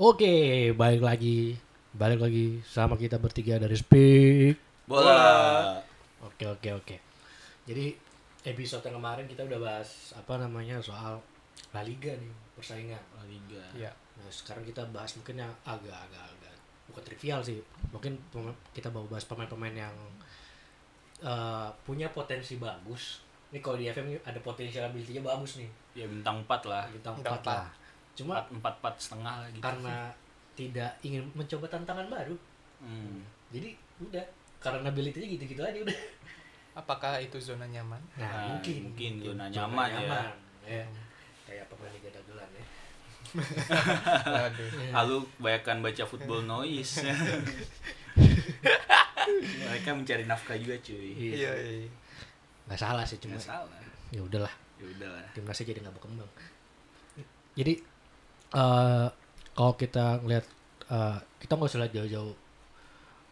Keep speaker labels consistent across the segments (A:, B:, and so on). A: Oke, balik lagi, balik lagi sama kita bertiga dari Speak.
B: Bola.
A: Oke, oke, oke. Jadi episode yang kemarin kita udah bahas apa namanya soal La Liga nih persaingan.
B: La Liga.
A: Iya. Nah, sekarang kita bahas mungkin yang agak-agak-agak bukan trivial sih. Mungkin pema- kita mau bahas pemain-pemain yang eh, punya potensi bagus. Ini kalau di FM ada potensial ability-nya bagus nih.
B: Ya bintang 4 lah.
A: Bintang
C: Bintang
A: 4 lah. Cuma
B: 4 4 4 setengah lah gitu.
A: karena tidak ingin mencoba tantangan baru
B: Hmm.
A: jadi udah karena ability-nya gitu-gitu aja udah
C: Apakah itu zona nyaman?
A: nah,
B: Nah,
A: mungkin
B: mungkin
A: Zona
B: zona nyaman ya.
A: ya. kayak pemain liga dagelan ya
C: Waduh.
A: Iya.
B: Lalu Ah, kebanyakan baca football noise. Mereka mencari nafkah juga cuy.
A: Iya.
C: Iya, iya.
A: nggak salah sih cuma
B: Nggak salah.
A: ya udahlah
B: Ya udahlah.
A: timnasnya jadi nggak berkembang jadi eh kalau kita ngelihat eh, kita nggak usah lihat jauh-jauh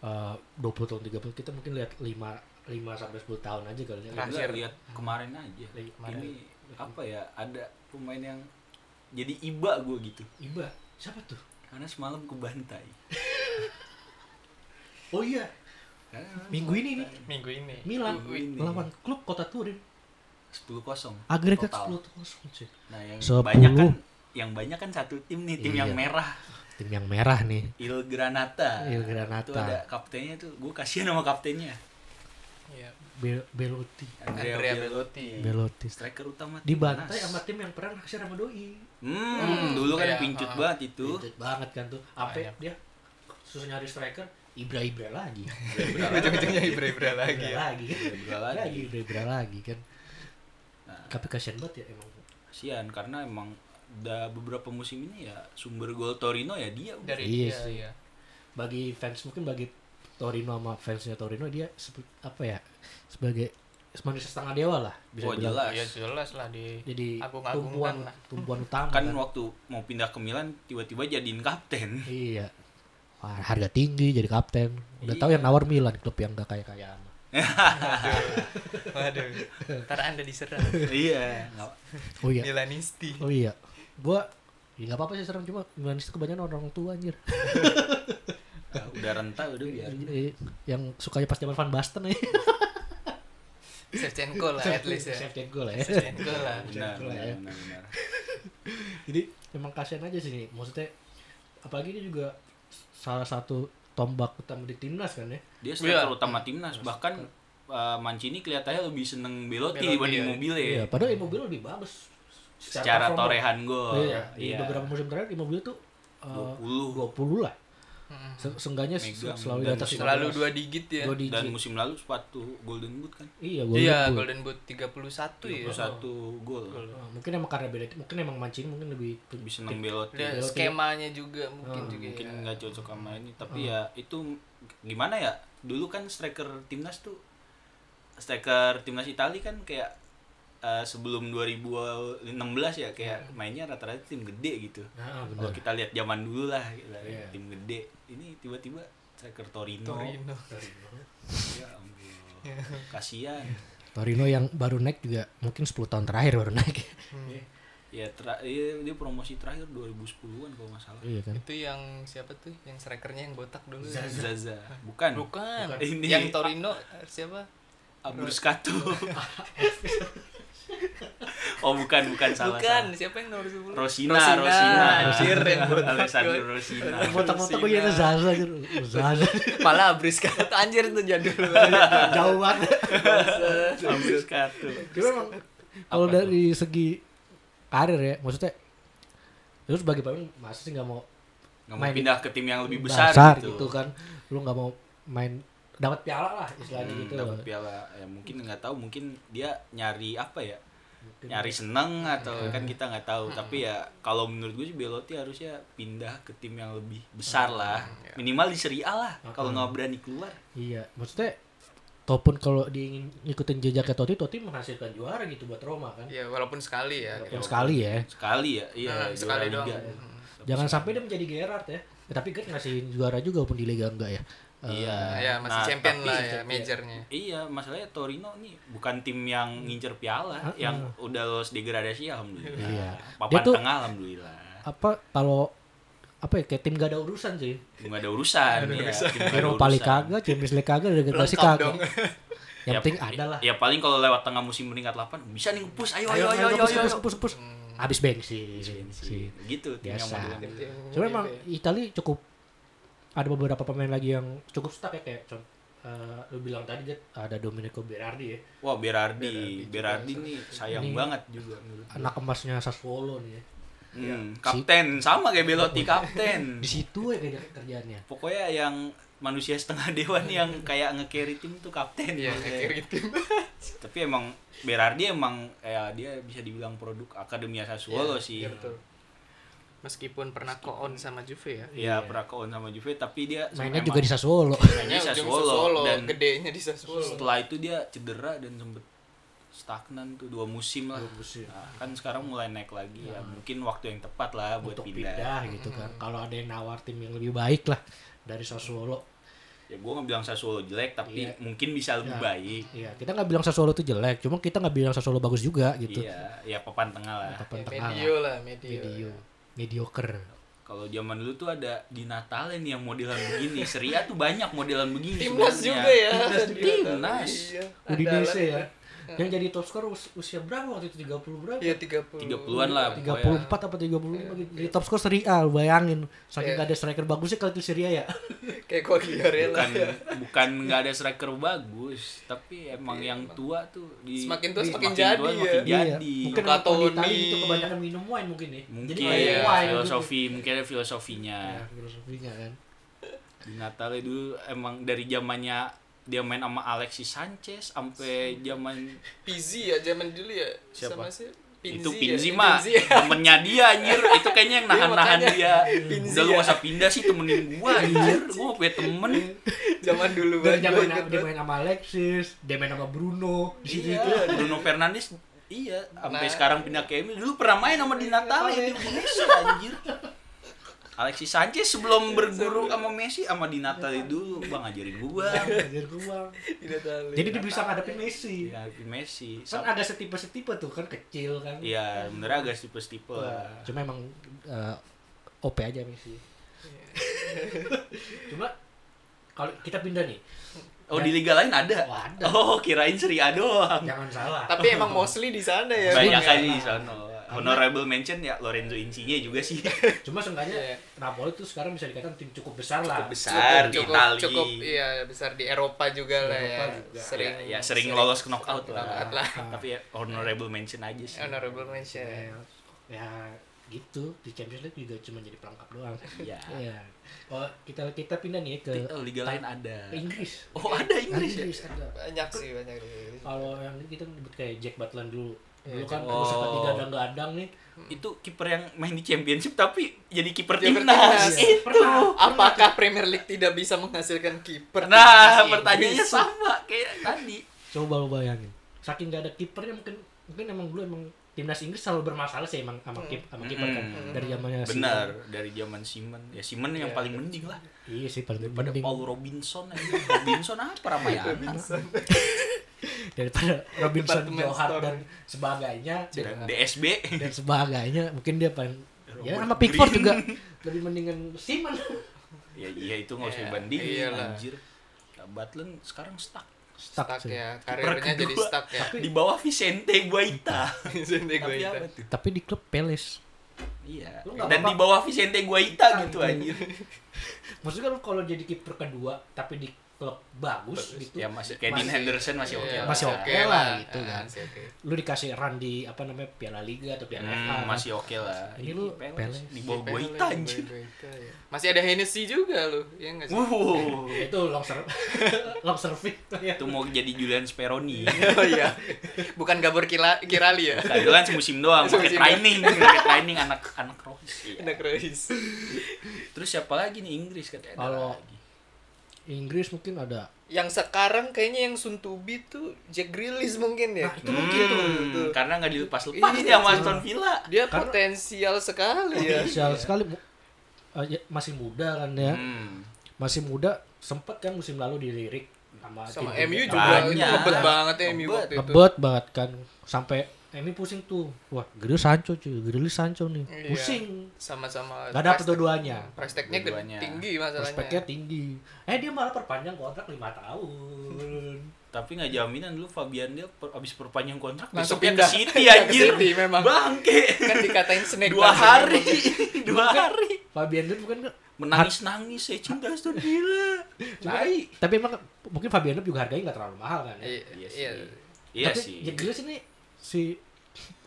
A: eh 20 tahun 30 kita mungkin lihat 5 5 sampai 10 tahun aja kali ya.
B: Ya udah,
C: Terakhir.
B: lihat kemarin aja.
A: Lagi kemarin.
B: Ini apa ya? Ada pemain yang jadi iba gue gitu.
A: Iba, siapa tuh?
B: Karena semalam ke bantai.
A: Oh iya, minggu ini nih
C: Minggu ini.
A: Milan
B: Minggu ini.
A: melawan klub kota Turin
B: 10 kosong.
A: agregat
B: Total.
A: 10 kosong cuy
B: Nah, yang
A: 10.
B: banyak kan yang banyak kan satu tim nih, tim yang
A: Iya.
B: merah.
A: tim yang merah nih
B: Il Granata.
A: Il Iya, Granata.
B: Itu ada kaptennya tuh. Gue kasihan sama kaptennya.
C: Iya.
A: Bel Belotti
B: Andrea,
C: Andrea
B: Belotti.
A: Belotti
B: Striker utama
A: dibantai
B: timnas.
A: sama tim yang pernah naksir sama doi
B: Hmm, dulu kan
C: Iya,
B: pincut
C: ah.
B: banget itu.
A: Pintet banget kan tuh apa
C: Banyak.
A: dia susah nyari striker Ibra Ibra lagi
C: Ujung-ujungnya ibra-ibra lagi
A: Ibra
C: ya.
A: lagi
B: Ibra lagi.
A: lagi Ibra Ibra lagi kan
B: Nah,
A: tapi kasihan banget ya emang
B: kasihan karena emang udah beberapa musim ini ya sumber gol Torino ya dia.
C: Dari
A: Iya
C: dia,
A: sih.
C: iya.
A: bagi fans mungkin bagi Torino sama fansnya Torino dia sepe- apa ya sebagai manusia setengah dewa lah bisa
B: Oh,
A: bilang
B: jelas.
C: Ya jelas lah di
A: jadi
C: Agung-agungkan
A: tumpuan
C: lah.
A: tumpuan utama
B: Kan waktu mau pindah ke Milan tiba-tiba jadiin kapten.
A: Iya. Wah, harga tinggi jadi kapten. Udah tahu
B: Iya.
A: yang nawar Milan klub yang gak kaya kaya amat.
C: Waduh. Ntar Anda diserang.
B: iya. nggak-
A: Oh iya.
C: Milanisti.
A: Oh iya. Gua ya, gak apa-apa sih serem cuma Milan itu kebanyakan orang tua anjir.
B: nggak, udah renta udah biar.
A: Eh, yang sukanya pas zaman Van Basten ya.
C: Shevchenko lah at least ya.
A: Shevchenko lah ya.
C: Shevchenko lah.
A: Lah
B: Benar, benar,
A: ya.
B: benar, benar.
A: Jadi emang kasihan aja sih nih. Maksudnya apalagi dia juga salah satu tombak utama di timnas kan ya.
B: Dia striker
C: Iya.
B: utama timnas bahkan eh, Mancini kelihatannya lebih seneng Belotti
C: Belotti,
B: dibanding
C: ya.
B: Mobile.
A: Iya, padahal Immobile lebih bagus
B: Secara ya.
A: performa.
B: torehan gol.
A: Iya, di beberapa musim terakhir Immobile tuh eh,
B: 20.
A: 20 lah.
C: Mm.
A: Se- Seenggaknya se-
B: Megang
A: selalu di
B: dan
A: atas
C: Selalu
A: 15.
C: dua digit ya.
A: Dua digit.
B: dan musim lalu sepatu Golden Boot kan
A: iya, gua
C: Iya,
A: liat tuh.
C: Golden Boot 31 ya.
B: 21 gol
C: Oh,
A: Nah, mungkin emang karena beda mungkin emang mancing mungkin lebih
B: lebih seneng Belotti
C: Dia skemanya juga mungkin juga.
B: mungkin
C: ya.
B: nggak cocok sama ini
A: Hmm.
B: tapi ya itu gimana ya dulu kan striker timnas tuh striker timnas Italia kan kayak eh, sebelum 2016 ya kayak mainnya rata-rata tim gede gitu
A: nah,
B: kalau
A: Hmm. benar
B: kita lihat zaman dulu lah kita lihat
A: Iya.
B: tim gede ini tiba-tiba striker Torino,
C: Torino.
B: ya ampun kasihan
A: Torino yang baru naik juga mungkin 10 tahun terakhir baru naik
C: Hmm. Iya.
B: ya tera- iya, dia promosi terakhir 2010-an kalau nggak salah
A: iya kan
C: Itu yang siapa tuh? Yang strikernya yang botak dulu.
B: Zaza bukan
C: Bukan.
B: Ini.
C: Yang Torino siapa?
B: Abruscato oh bukan bukan salah
C: Bukan,
B: salah.
C: siapa yang nomor 10?
B: Rosina
C: Rosina.
B: Rosina
C: Anjir, yang botak.
B: Alessandro Rosina
A: botak-botak gue kira Zaza gitu Zaza
C: Malah
B: kan.
C: Briskato anjir itu jadul.
B: Iya,
A: jauh banget
B: Abruscato
A: cuma emang kalau
B: Apa
A: dari segi karir ya maksudnya terus bagi pemain masih sih nggak mau
B: nggak mau
A: Main.
B: pindah ke tim yang lebih besar, gitu,
A: gitu kan lu nggak mau main dapat piala lah istilahnya
B: Hmm,
A: gitu
B: dapat piala ya mungkin nggak tahu mungkin dia nyari apa ya
A: Mungkin.
B: nyari seneng atau kan kita nggak tahu tapi ya kalau menurut gue sih Belotti harusnya pindah ke tim yang lebih besar lah minimal di Serie A lah kalau nggak berani keluar
A: Iya, maksudnya ataupun kalau dia ingin ngikutin jejaknya Totti, Totti menghasilkan juara gitu buat Roma kan.
C: ya walaupun sekali ya.
A: Walaupun sekali ya.
B: sekali ya iya
C: Nah,
B: juara
C: sekali doang.
B: Liga.
C: Hmm.
A: Jangan sampai dia menjadi Gerrard ya. Ya, tapi kan ngasihin juara juga walaupun di Liga enggak ya. Eh,
B: Iya.
C: Nah, ya masih
B: Nah,
C: champion
B: tapi-
C: lah ya majornya.
B: Iya, masalahnya Torino nih bukan tim yang ngincer piala, yang udah lolos degradasi alhamdulillah.
A: Iya.
B: Papan
A: Dia tuh-
B: tengah alhamdulillah.
A: Apa kalau apa ya kayak tim gak ada urusan sih.
B: nggak ada urusan ya tim nggak ada
A: Eropa League
B: urusan.
A: kagak, Champions League kagak, regenerasi
C: Lengkap
A: kagak.
C: dong.
A: Yang
B: Ya,
A: penting
B: i-
A: ada lah.
B: ya paling kalau lewat tengah musim peringkat 8 bisa nih ngepus ayo ayo
C: Ayo,
B: ayo
C: ayo,
B: ayo
A: Push,
B: ayo,
A: push, push, push. Habis bensin.
B: Sih, gitu tim yang
A: Biasa.
B: modelan.
A: Cuma
C: Iya,
B: Iya,
A: emang Itali cukup ada beberapa pemain lagi yang cukup stuck ya kayak contoh lu bilang tadi Jet, ada Domenico Berardi ya
B: wah Berardi Berardi nih sayang
A: Ini-
B: banget juga menurut gua.
A: anak emasnya Sassuolo nih ya.
B: Hmm, kapten sama kayak Belotti kapten
A: di situ ya kerja kerjaannya
B: pokoknya yang manusia setengah dewan yang kayak nge-carry tim tuh kapten
C: Iya,
B: Maksudnya.
C: kayak gitu.
B: tapi emang Berardi emang ya dia bisa dibilang produk akademia Sassuolo
C: Iya,
B: sih
C: iya, betul. Meskipun pernah koon sama Juve ya.
B: ya
A: Iya.
B: pernah ke Once sama Juve tapi dia
A: mainnya
B: emang Iya.
A: juga di Sassuolo
B: mainnya
C: Mainnya ujung
B: Sassuolo, dan
C: gedenya di Sassuolo.
B: setelah itu dia cedera dan sempet stagnan tuh dua musim
A: Iya.
B: lah Nah, kan sekarang mulai naik lagi ya mungkin waktu yang tepat lah buat
A: untuk
B: pindah. Hmm.
A: pindah gitu kan kalau ada yang nawar tim yang lebih baik lah dari Sassuolo
B: ya gue nggak bilang Sassuolo jelek tapi
A: Iya.
B: mungkin bisa
A: Ya.
B: lebih baik
A: Iya, kita nggak bilang Sassuolo itu jelek, cuma kita nggak bilang Sassuolo bagus juga gitu. Iya.
B: iya ya papan tengah lah
A: Papan
C: Ya,
A: tengah
C: medio
A: lah.
C: lah, medio.
A: Medio. Mediocre.
B: kalau zaman dulu tuh ada di Natale nih yang modelan begini Seria tuh banyak modelan begini sebenarnya.
C: Timnas juga ya.
B: timnas juga.
C: Di atas.
B: Timnas.
C: Iya,
A: Udinese
C: andalan.
A: ya.
B: Iya.
A: Yang jadi top skor us- usia berapa waktu itu? 30 berapa?
C: Iya, 30.
B: 30-an lah.
C: ya.
A: 34 apa 35 gitu. Jadi top skor Serie A, bayangin. Saking
C: Iya.
A: nggak ada striker bagusnya kalau itu Serie A ya.
C: Kayak Quagliarella
B: bukan
C: ya.
B: bukan nggak ada striker bagus tapi emang yang tua tuh di
C: Iya, Semakin tua
B: di-
C: semakin jadi
B: tua,
C: ya.
B: semakin jadi
A: Iya. Mungkin
C: Buka
A: kalau di Itali
C: Tony.
A: itu kebanyakan minum wine mungkin ya.
B: mungkin
A: jadi kayak
C: iya,
A: wine gitu.
B: filosofi mungkin ada filosofinya
A: Ya, filosofinya kan.
B: di Natale dulu emang dari zamannya dia main sama Alexis Sanchez sampai zaman
C: Pizzi ya zaman dulu ya.
B: Siapa?
C: Sama sih.
B: itu Pinzi
C: ya.
B: mah
C: Pinzi ya.
B: temennya dia anjir itu kayaknya yang nahan-nahan
C: Iya,
B: dia
C: Pinzi
B: udah lu
C: ya.
B: gak usah pindah sih temenin gua anjir gua mau punya temen
C: Zaman dulu
A: Dia
C: banget.
A: jagoin-
C: gua inget
A: dia
C: banget.
A: main sama Alexis, dia main sama Bruno, di situ itu.
B: Bruno Fernandes iya sampai
C: Nah.
B: sekarang pindah ke MU dulu pernah main sama di Natale di Indonesia anjir Alexis Sanchez sebelum berguru sama Messi sama di Natale dulu bang ajarin gua
C: Iya.
B: bang
A: kan, Anjir gua.
C: Tidak tahu.
A: Jadi dia bisa ngadepin Messi.
C: Iya.
B: ya, Messi
A: Kan
B: Sa-
A: ada setipe-setipe tuh kan kecil kan.
B: iya bener agak tipe-tipe lah
A: Wah, Cuma emang eh, OP aja Messi. Iya. Cuma kalau kita pindah nih,
B: Oh di liga lain ada?
A: Oh, ada.
B: Oh kirain Serie A doang.
A: jangan salah.
C: Iya. Tapi emang mostly di sana ya.
B: Banyak
C: Bang, ya?
B: kali di sana. Honorable mention ya Lorenzo Insigne juga sih.
A: Cuma seenggaknya
C: Iya.
A: Napoli tuh sekarang bisa dikatakan tim cukup besar lah.
B: Besar di
C: cukup,
B: Itali.
C: Cukup iya besar di Eropa juga lah ya.
A: Eropa juga.
B: Sering, ya, sering lolos knockout lah.
C: iya, knockout lah.
B: Tapi ya, honorable mention aja sih.
C: Honorable mention.
A: Ya, ya gitu di Champions League juga cuma jadi pelengkap doang.
B: Iya.
A: Iya. Kalau kita kita pindah nih ya ke,
B: Di- oh, liga lain ada.
A: ke Iya. Inggris. iya.
B: Oh ada Inggris ya?
A: ada.
C: Banyak sih banyak. di-
A: Kalau yang ini kita nyebut kayak Jack Butland dulu. Dulu
C: Iya,
A: kan
B: Jack
A: oh. sempat
B: Butland.
A: digadang-gadang nih.
B: Itu kiper yang main di championship tapi jadi kiper
C: Kiper
B: timnas. Iya.
C: timnas.
B: Nah, Itu.
A: Iya. Pernah.
C: Apakah Premier League tidak bisa menghasilkan kiper?
B: Nah,
C: timnas iya.
B: pertanyaannya
C: Inggris?
B: sama kayak tadi.
A: Coba lu bayangin. Saking gak ada kipernya mungkin mungkin emang dulu emang timnas Inggris selalu bermasalah sih emang sama kip sama kiper kan
B: Mm.
A: dari zamannya si-
B: Benar, dari zaman Simon. Ya Simon yang paling mending lah.
A: Iya sih paling
B: Pada
A: penting.
B: Paul Robinson aja. Robinson apa Ramayana?
A: daripada Robinson
C: Departemen
A: Johar
C: store.
A: dan sebagainya dan,
B: Sedang DSB.
A: dan sebagainya mungkin dia paling ya
B: Robert
A: sama Pickford
B: Green.
A: juga lebih mendingan Simon
B: ya iya itu nggak usah
C: Iya,
B: dibandingin
C: iyalah.
B: anjir Nah, Butland sekarang stuck
A: stuck,
C: Stuck
A: sih.
C: ya, karirnya
B: kedua.
C: jadi stuck ya.
B: di bawah Vicente Guaita
C: Sini gue
B: tapi
C: itu.
B: apa tuh
A: tapi di klub Palace
B: iya
A: Lu nggak apa-apa.
B: dan
A: Nah,
B: di bawah Vicente Guaita gitu anjir
A: maksudnya lu kalau jadi kiper kedua tapi di klub bagus, gitu
B: ya masih kayak Dean
A: Masih-
B: Henderson masih oke
C: Iya,
B: lah.
A: Masih oke. lah gitu
C: Ah,
A: kan.
C: masih oke.
A: lu dikasih run di apa namanya Piala Liga atau Piala kan?
B: Hmm,
A: FA
B: masih oke lah
A: Ini lu
B: Palace.
A: Palace.
B: di bawah
C: Di
B: Guaita
C: Pele,
B: anjir
C: Boy Guaita, ya. Masih ada Hennessy juga lu, iya enggak sih?
B: wow
A: itu long serve long serving ya
B: itu mau jadi Julian Speroni
C: Oh iya. Bukan Gabor Kila- Kirali ya.
B: keadilan semusim doang pakai
C: Semusim
B: training pakai training anak anak Royce Iya.
C: Anak Reis.
B: terus siapa lagi nih Inggris katanya ada
A: Kalau-
B: lagi
A: Inggris mungkin ada
C: Yang sekarang kayaknya yang Suntubi tuh Jack Grealish mungkin ya.
A: Itu
B: Hmm,
A: mungkin tuh,
B: karena nggak dilepas-lepas
C: Iya,
B: dia sama Aston Villa
C: Dia
A: Karena-
C: potensial sekali ya.
A: potensial sekali Mu- eh, ya, masih muda kan ya
B: Hmm.
A: masih muda sempet kan musim lalu dilirik sama,
C: Sama
A: tim-
C: MU
A: Nah,
C: juga
B: Banyak.
C: itu ngebet banget ya MU
B: Ngebet.
C: waktu itu.
A: ngebet banget kan sampai Emi pusing tuh. Wah, Grilis Sancho cuy, Grilis Sancho nih.
C: Iya.
A: Pusing.
C: Sama-sama.
A: Gak dapet
C: price tag-
A: dua-duanya.
C: Price tag-nya gede-
B: Dua-duanya.
C: tinggi masalahnya.
A: Prospeknya tinggi. Eh dia malah perpanjang kontrak lima tahun.
B: Tapi nggak jaminan lu Fabian dia per, abis perpanjang kontrak
C: Langsung
B: besoknya
C: pindah.
B: ke City
C: Pindah ke
B: anjir.
C: City, memang.
B: Bangke.
C: Kan dikatain snake.
B: Dua
C: langsung
B: hari.
C: ngomong.
B: Dua hari.
A: Fabian Lep bukan
B: Menangis-nangis saya cinta sudah gila.
A: Cuma- tapi emang mungkin Fabian Lep juga harganya nggak terlalu mahal kan ya.
C: Iya, iya.
B: Iya
A: tapi
B: sih.
A: Ya Grealish ini si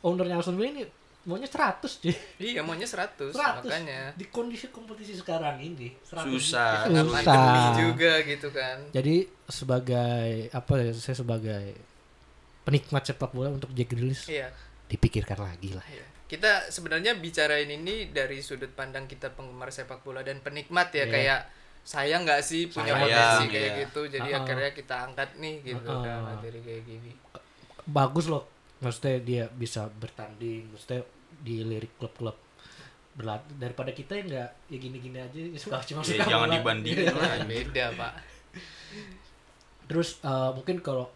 A: ownernya Aston Villa ini maunya 100 deh.
C: Iya, maunya 100,
A: 100.
B: Iya.
C: makanya.
A: Di kondisi kompetisi sekarang ini 100.
B: Susah.
C: Nggak
A: Susah.
C: pandemi juga gitu kan.
A: Jadi sebagai apa ya saya sebagai penikmat sepak bola untuk Jack Grealish
C: Iya.
A: dipikirkan lagi lah.
C: Iya. Kita sebenarnya bicarain ini dari sudut pandang kita penggemar sepak bola dan penikmat ya
A: Iya.
C: kayak saya nggak sih punya
A: Sayang,
C: potensi
B: iya.
C: kayak gitu jadi
A: Uh-uh.
C: akhirnya kita angkat nih gitu
A: Uh-uh.
C: kan materi kayak gini.
A: Bagus loh. Maksudnya dia bisa bertanding, maksudnya dilirik klub-klub berlatih daripada kita yang nggak ya gini-gini aja ya suka
C: Iya,
A: cuma
B: Ya,
A: suka
B: jangan
A: bola.
B: dibandingin lah.
C: Beda, Pak.
A: Terus eh, mungkin kalau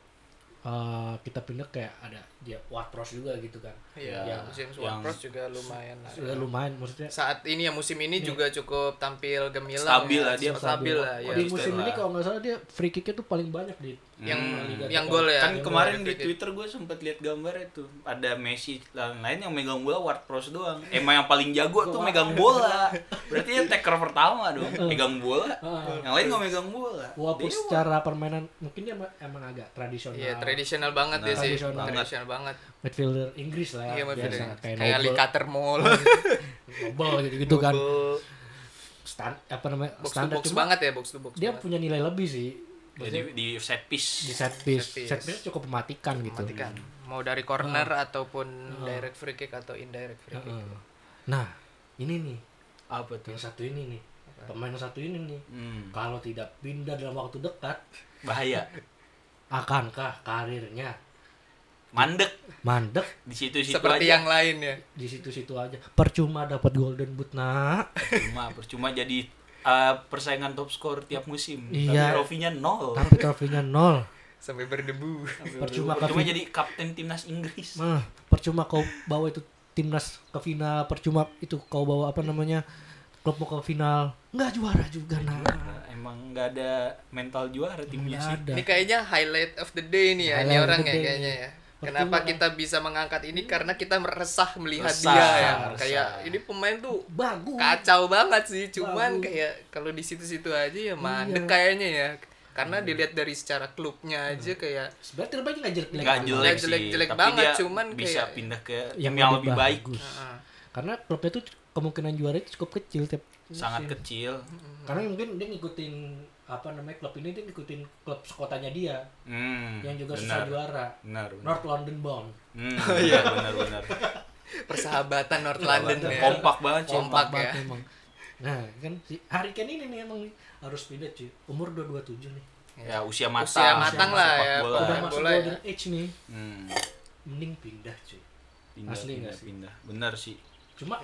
A: eh, kita pindah kayak ada dia Wardpros juga gitu kan.
C: Iya,
B: Iya.
C: musim
B: Yang-
C: Swarpros juga lumayan lah.
A: Sudah Iya. lumayan maksudnya
C: Saat ini ya musim ini juga cukup tampil gemilang.
B: Stabil
C: ya.
B: lah, dia
C: stabil lah ya.
A: Di musim
B: Stabil
A: ini
B: lah.
A: kalau nggak salah dia free kicknya tuh paling banyak di
C: Yang
A: Liga
C: yang
A: Jepang.
C: gol ya.
B: kan
C: Yang
B: kemarin
C: gol
B: di
C: ya, free kick.
B: Twitter gue sempat lihat gambar itu ada Messi dan lain yang megang bola Ward Prowse doang emang yang paling jago tuh megang bola berarti dia taker pertama dong megang bola
A: Heeh.
B: yang lain nggak megang bola
A: walaupun
B: Dia-
A: secara permainan mungkin dia emang, emang agak tradisional.
C: Iya, tradisional banget dia sih.
A: Nah, Tradisional.
C: Tradisional banget.
A: midfielder Inggris lah
C: Iya,
A: biasa
C: midfielder.
A: kayak Nah, gitu.
C: Kayak Lee
A: Noble,
C: Catermole.
A: Noble gitu-gitu kan.
C: Noble.
A: Stan- apa namanya?
C: box to
A: standar
C: box
A: cuma
C: banget ya box to box
A: dia
C: banget.
A: punya nilai lebih sih.
B: jadi di set
A: Di
B: piece
A: set piece.
C: Set piece.
A: Set piece cukup mematikan gitu.
C: Perhatikan, mau dari corner ataupun direct free kick atau indirect free kick
A: Heeh. Nah, ini nih Ah,
B: apa tuh
A: yang satu ini nih. Pemain yang satu ini nih.
B: hmm,
A: Kalau tidak pindah dalam waktu dekat,
B: bahaya
A: akankah karirnya
B: mandek
A: mandek
B: di situ situ
C: seperti
B: aja
C: yang lain ya
A: di situ-situ aja? Percuma dapat golden boot nak.
B: cuma percuma jadi eh, persaingan top skor tiap musim
A: Iya.
B: tapi trofinya nol
A: tapi trofinya nol.
C: sampai berdebu
A: Percuma
B: cuma
A: Kevin-
B: jadi kapten timnas Inggris
A: Mah, percuma kau bawa itu timnas ke final, percuma itu kau bawa apa namanya klub mau ke final, nggak juara juga nah.
B: Nah, emang nggak ada mental juara timnya
A: Nggak
B: sih kan
A: ada.
C: ini kayaknya highlight of the day nih ya ini
A: Highlight of
C: orang
A: the day.
C: ya
A: kan? Hmm.
C: kayaknya ya
A: Percuma
C: Kenapa
A: lah.
C: kita bisa mengangkat ini? Karena kita meresah melihat
B: Resah,
C: dia ya.
B: resah.
C: Kayak ini pemain tuh
A: Bagus.
C: kacau banget sih. Cuman
A: Bagus.
C: kayak kalau di situ-situ aja ya mandek
A: Iya.
C: kayaknya ya. Karena dilihat dari secara klubnya aja kayak
A: Sebenarnya terbaik nggak jelek.
B: nggak jelek,
C: Nggak jelek-
B: sih
C: jelek
B: tapi
C: banget,
B: dia
C: cuman
B: bisa
C: kayak-
B: pindah ke
A: Yang,
B: yang, lebih baik
A: bagus.
C: ah,
A: Karena klubnya itu kemungkinan juara itu cukup kecil tiap
B: Iya sangat
A: musim.
B: kecil
A: Karena mungkin dia ngikutin apa namanya klub ini dia ngikutin klub sekotanya dia
B: Hmm,
A: yang juga susah
B: benar,
A: juara.
B: benar benar
A: North London Bound.
B: Hmm, iya benar benar
C: persahabatan North London ya.
B: kompak banget sih
C: Kompak.
A: Kompak banget emang. Nah, kan si Harry Kane ini nih emang nih, harus pindah cuy. Umur 227 nih.
B: ya usia matang
C: Usia matang lah
B: sepak
C: ya,
B: bola.
A: Udah
C: Bola
A: masuk
C: ya.
A: golden age nih.
B: Hmm,
A: mending pindah cuy
B: pindah,
A: Asli nggak
B: pindah,
A: sih?
B: pindah benar sih
A: cuma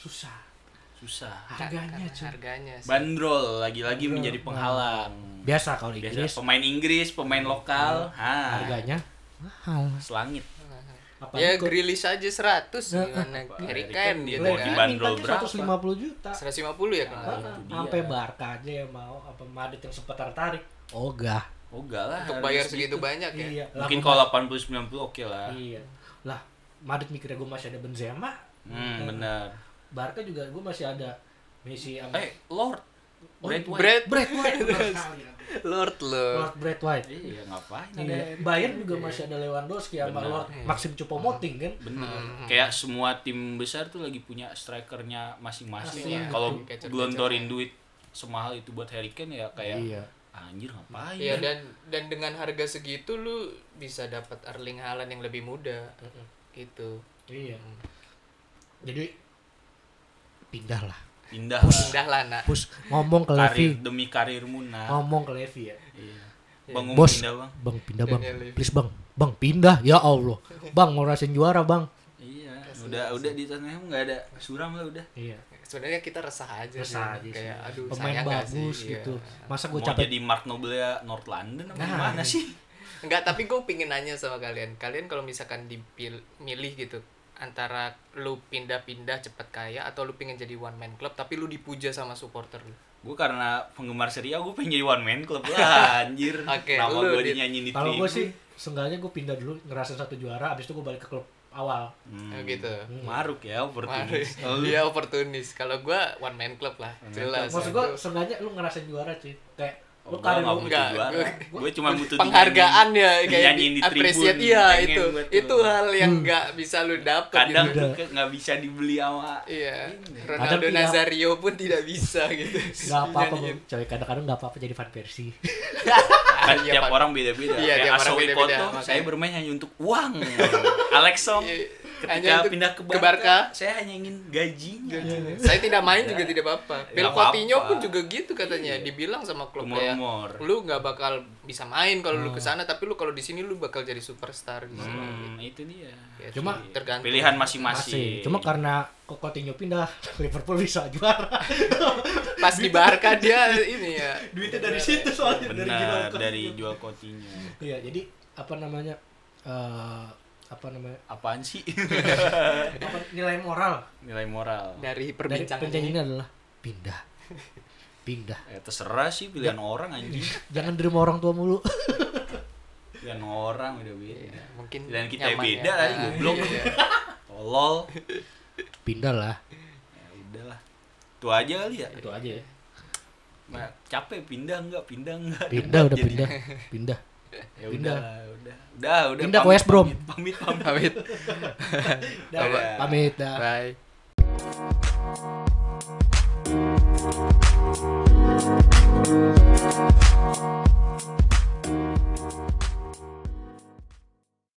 A: susah
B: susah
C: Iya,
A: harganya cuy
C: Harganya sih.
B: bandrol lagi-lagi
A: Bandrol.
B: menjadi penghalang
A: biasa kalau di Inggris Iya.
B: biasa pemain Inggris pemain lokal ha,
A: harganya mahal
B: selangit
A: apa
C: Ya Grilis aja 100 gimana
B: Apa,
C: Nah,
B: Harry
C: Harry Kane
B: Kane
C: gitu
B: boleh
C: kan.
B: dibantu. dibanderol berapa?
A: 150 juta
C: 150 ya kan.
B: Ah, itu dia.
A: sampai Barca aja yang mau apa Madrid yang sempat tertarik ogah
B: oh enggak lah
C: Untuk
B: harus
C: bayar
B: gitu.
C: segitu banyak ya.
A: iya Lah,
B: mungkin
A: gua-
B: kalau 80 90 oke lah
A: iya lah Madrid mikirnya gue masih ada Benzema
B: hmm benar
A: Barca juga gue masih ada Messi sama
B: eh Lord Brad White
C: Brad
A: Brad White benar sekali.
C: Lord lo.
A: Lord Brad White
B: iya ngapain ada
A: Iya. Bayern juga masih ada Lewandowski sama
B: Benar.
A: Lord Maxim Choupo-Moting kan
B: bener
C: Hmm,
B: kayak semua tim besar tuh lagi punya strikernya masing-masing
A: Asli,
B: ya. kalau
C: Kecet-kecet
B: gelontorin duit semahal itu buat Harry Kane ya kayak
A: Iya.
B: anjir ngapain
C: Iya dan dan dengan harga segitu lu bisa dapat Erling Haaland yang lebih muda. Gitu.
A: Iya. Jadi pindah lah.
B: pindah lah.
C: Pindah lah nak.
A: Pus ngomong ke Levi,
B: karir demi karirmu nah
A: ngomong ke Levi ya.
B: iya. bang Umum
A: Bos,
B: pindah bang
A: bang pindah bang,
C: Daniel Levy.
A: please bang, bang pindah ya Allah, bang mau rasain juara bang.
B: iya udah udah di Tottenham nggak ada suram lah udah
A: Iya.
C: Sebenarnya kita resah aja
A: Resah
C: sih.
A: aja
C: Kayak
A: sih.
C: aduh
A: Pemain
C: sayang nggak
A: bagus
C: sih?
A: gitu.
C: Iya.
A: Masa gue
B: mau
A: capek
B: jadi Mark Noble ya North London apa
A: Nah, ini.
B: gimana sih
C: Enggak, tapi gue pingin nanya sama kalian. Kalian kalau misalkan dipilih milih gitu antara lu pindah-pindah cepat kaya atau lu pingin jadi one man club tapi lu dipuja sama supporter lu.
B: Gue karena penggemar setia gue pengen jadi one man club lah anjir.
C: Oke,
B: Nama
C: lu
B: gue
C: di-
B: dinyanyiin di
A: Kalau
B: TV.
A: gue sih, seenggaknya gue pindah dulu, ngerasain satu juara, abis itu gue balik ke klub awal.
B: Hmm.
C: Nah, gitu.
B: Maruk ya
C: Mari.
B: opportunity. Kalau lu-
C: Dia Iya, oportunis. Kalau gua one man club lah.
B: One man
C: Jelas.
A: Maksud gue, seenggaknya lu ngerasain juara cuy. Kayak,
B: Oh,
A: lu
B: gua
A: karir
B: nggak
A: lu
B: butuh
C: enggak,
B: juara.
C: gua-
B: Gue cuma butuh
C: penghargaan
B: dinyanyiin.
C: ya kayak
B: dinyanyiin di
C: di
B: tribun,
C: appreciate iya
B: pengen
C: itu
B: gua tuh.
C: itu hal yang nggak bisa lu dapet
B: Kadang
A: Iya.
C: gitu
B: tuh ke- nggak bisa dibeli sama
C: iya
B: Ini.
C: Ronaldo
A: Kadang tidak-
C: Nazario pun tidak bisa gitu
A: Gak apa-apa
C: Nyanyiin.
A: Bang. coy, kadang-kadang gak apa-apa jadi fan versi.
B: kan
C: Iya,
B: tiap
C: Pak.
B: orang beda-beda.
C: Iya,
B: Kayak
C: tiap orang
B: Aso
C: beda-beda,
B: Wikonto,
C: makanya.
B: saya bermain hanya untuk uang. Alex Song,
C: Iya, hanya
B: ketika
C: untuk-
B: pindah ke
C: ke
B: Barca,
C: Barca.
B: saya hanya ingin gajinya. Iya.
C: saya tidak main juga tidak apa-apa
B: apa-apa.
C: Phil
B: Iya.
C: Coutinho pun juga gitu katanya dibilang sama klub kayak
B: Rumor-rumor.
C: lu nggak bakal bisa main kalau lu kesana tapi lu kalau di sini lu bakal jadi superstar di sini
B: Hmm, itu dia.
C: Ya,
A: Cuma-
C: tergantung
B: Pilihan
A: Masih.
B: masing-masing.
A: Cuma karena kok Coutinho pindah, Liverpool bisa juara.
C: pas di Barca dia ini ya
A: Duitnya dari situ soalnya dari jual
B: benar
A: Coutinho.
B: dari jual Coutinho.
A: Iya, jadi apa namanya? eh apa namanya?
B: Apaan sih?
A: Apa, nilai moral
B: Nilai moral.
C: dari
A: dari
C: perbincangan
A: pencarian
C: ini
A: ini adalah pindah. Pindah.
B: Eh, terserah sih pilihan orang anjing.
A: Jangan di rumah orang tua mulu.
B: Pilihan orang udah beda.
C: Iya, mungkin
B: Pilihan kita
C: nyaman
B: beda
C: ya.
B: tadi
C: Ah,
B: goblok.
C: iya.
B: Tolol.
A: Pindah lah.
B: Ya udahlah. Itu aja kali ya.
C: Iya.
A: Itu aja ya.
B: Nah, capek pindah enggak? Pindah enggak?
A: Pindah udah
B: Jadi-
A: pindah. Pindah.
B: Ya
A: Pindah.
B: udah, udah. Udah, udah.
A: Pindah ke
B: pamit,
A: West Brom.
B: Pamit, pamit. pamit.
C: Pamit.
A: Pamit dah.
C: Bye.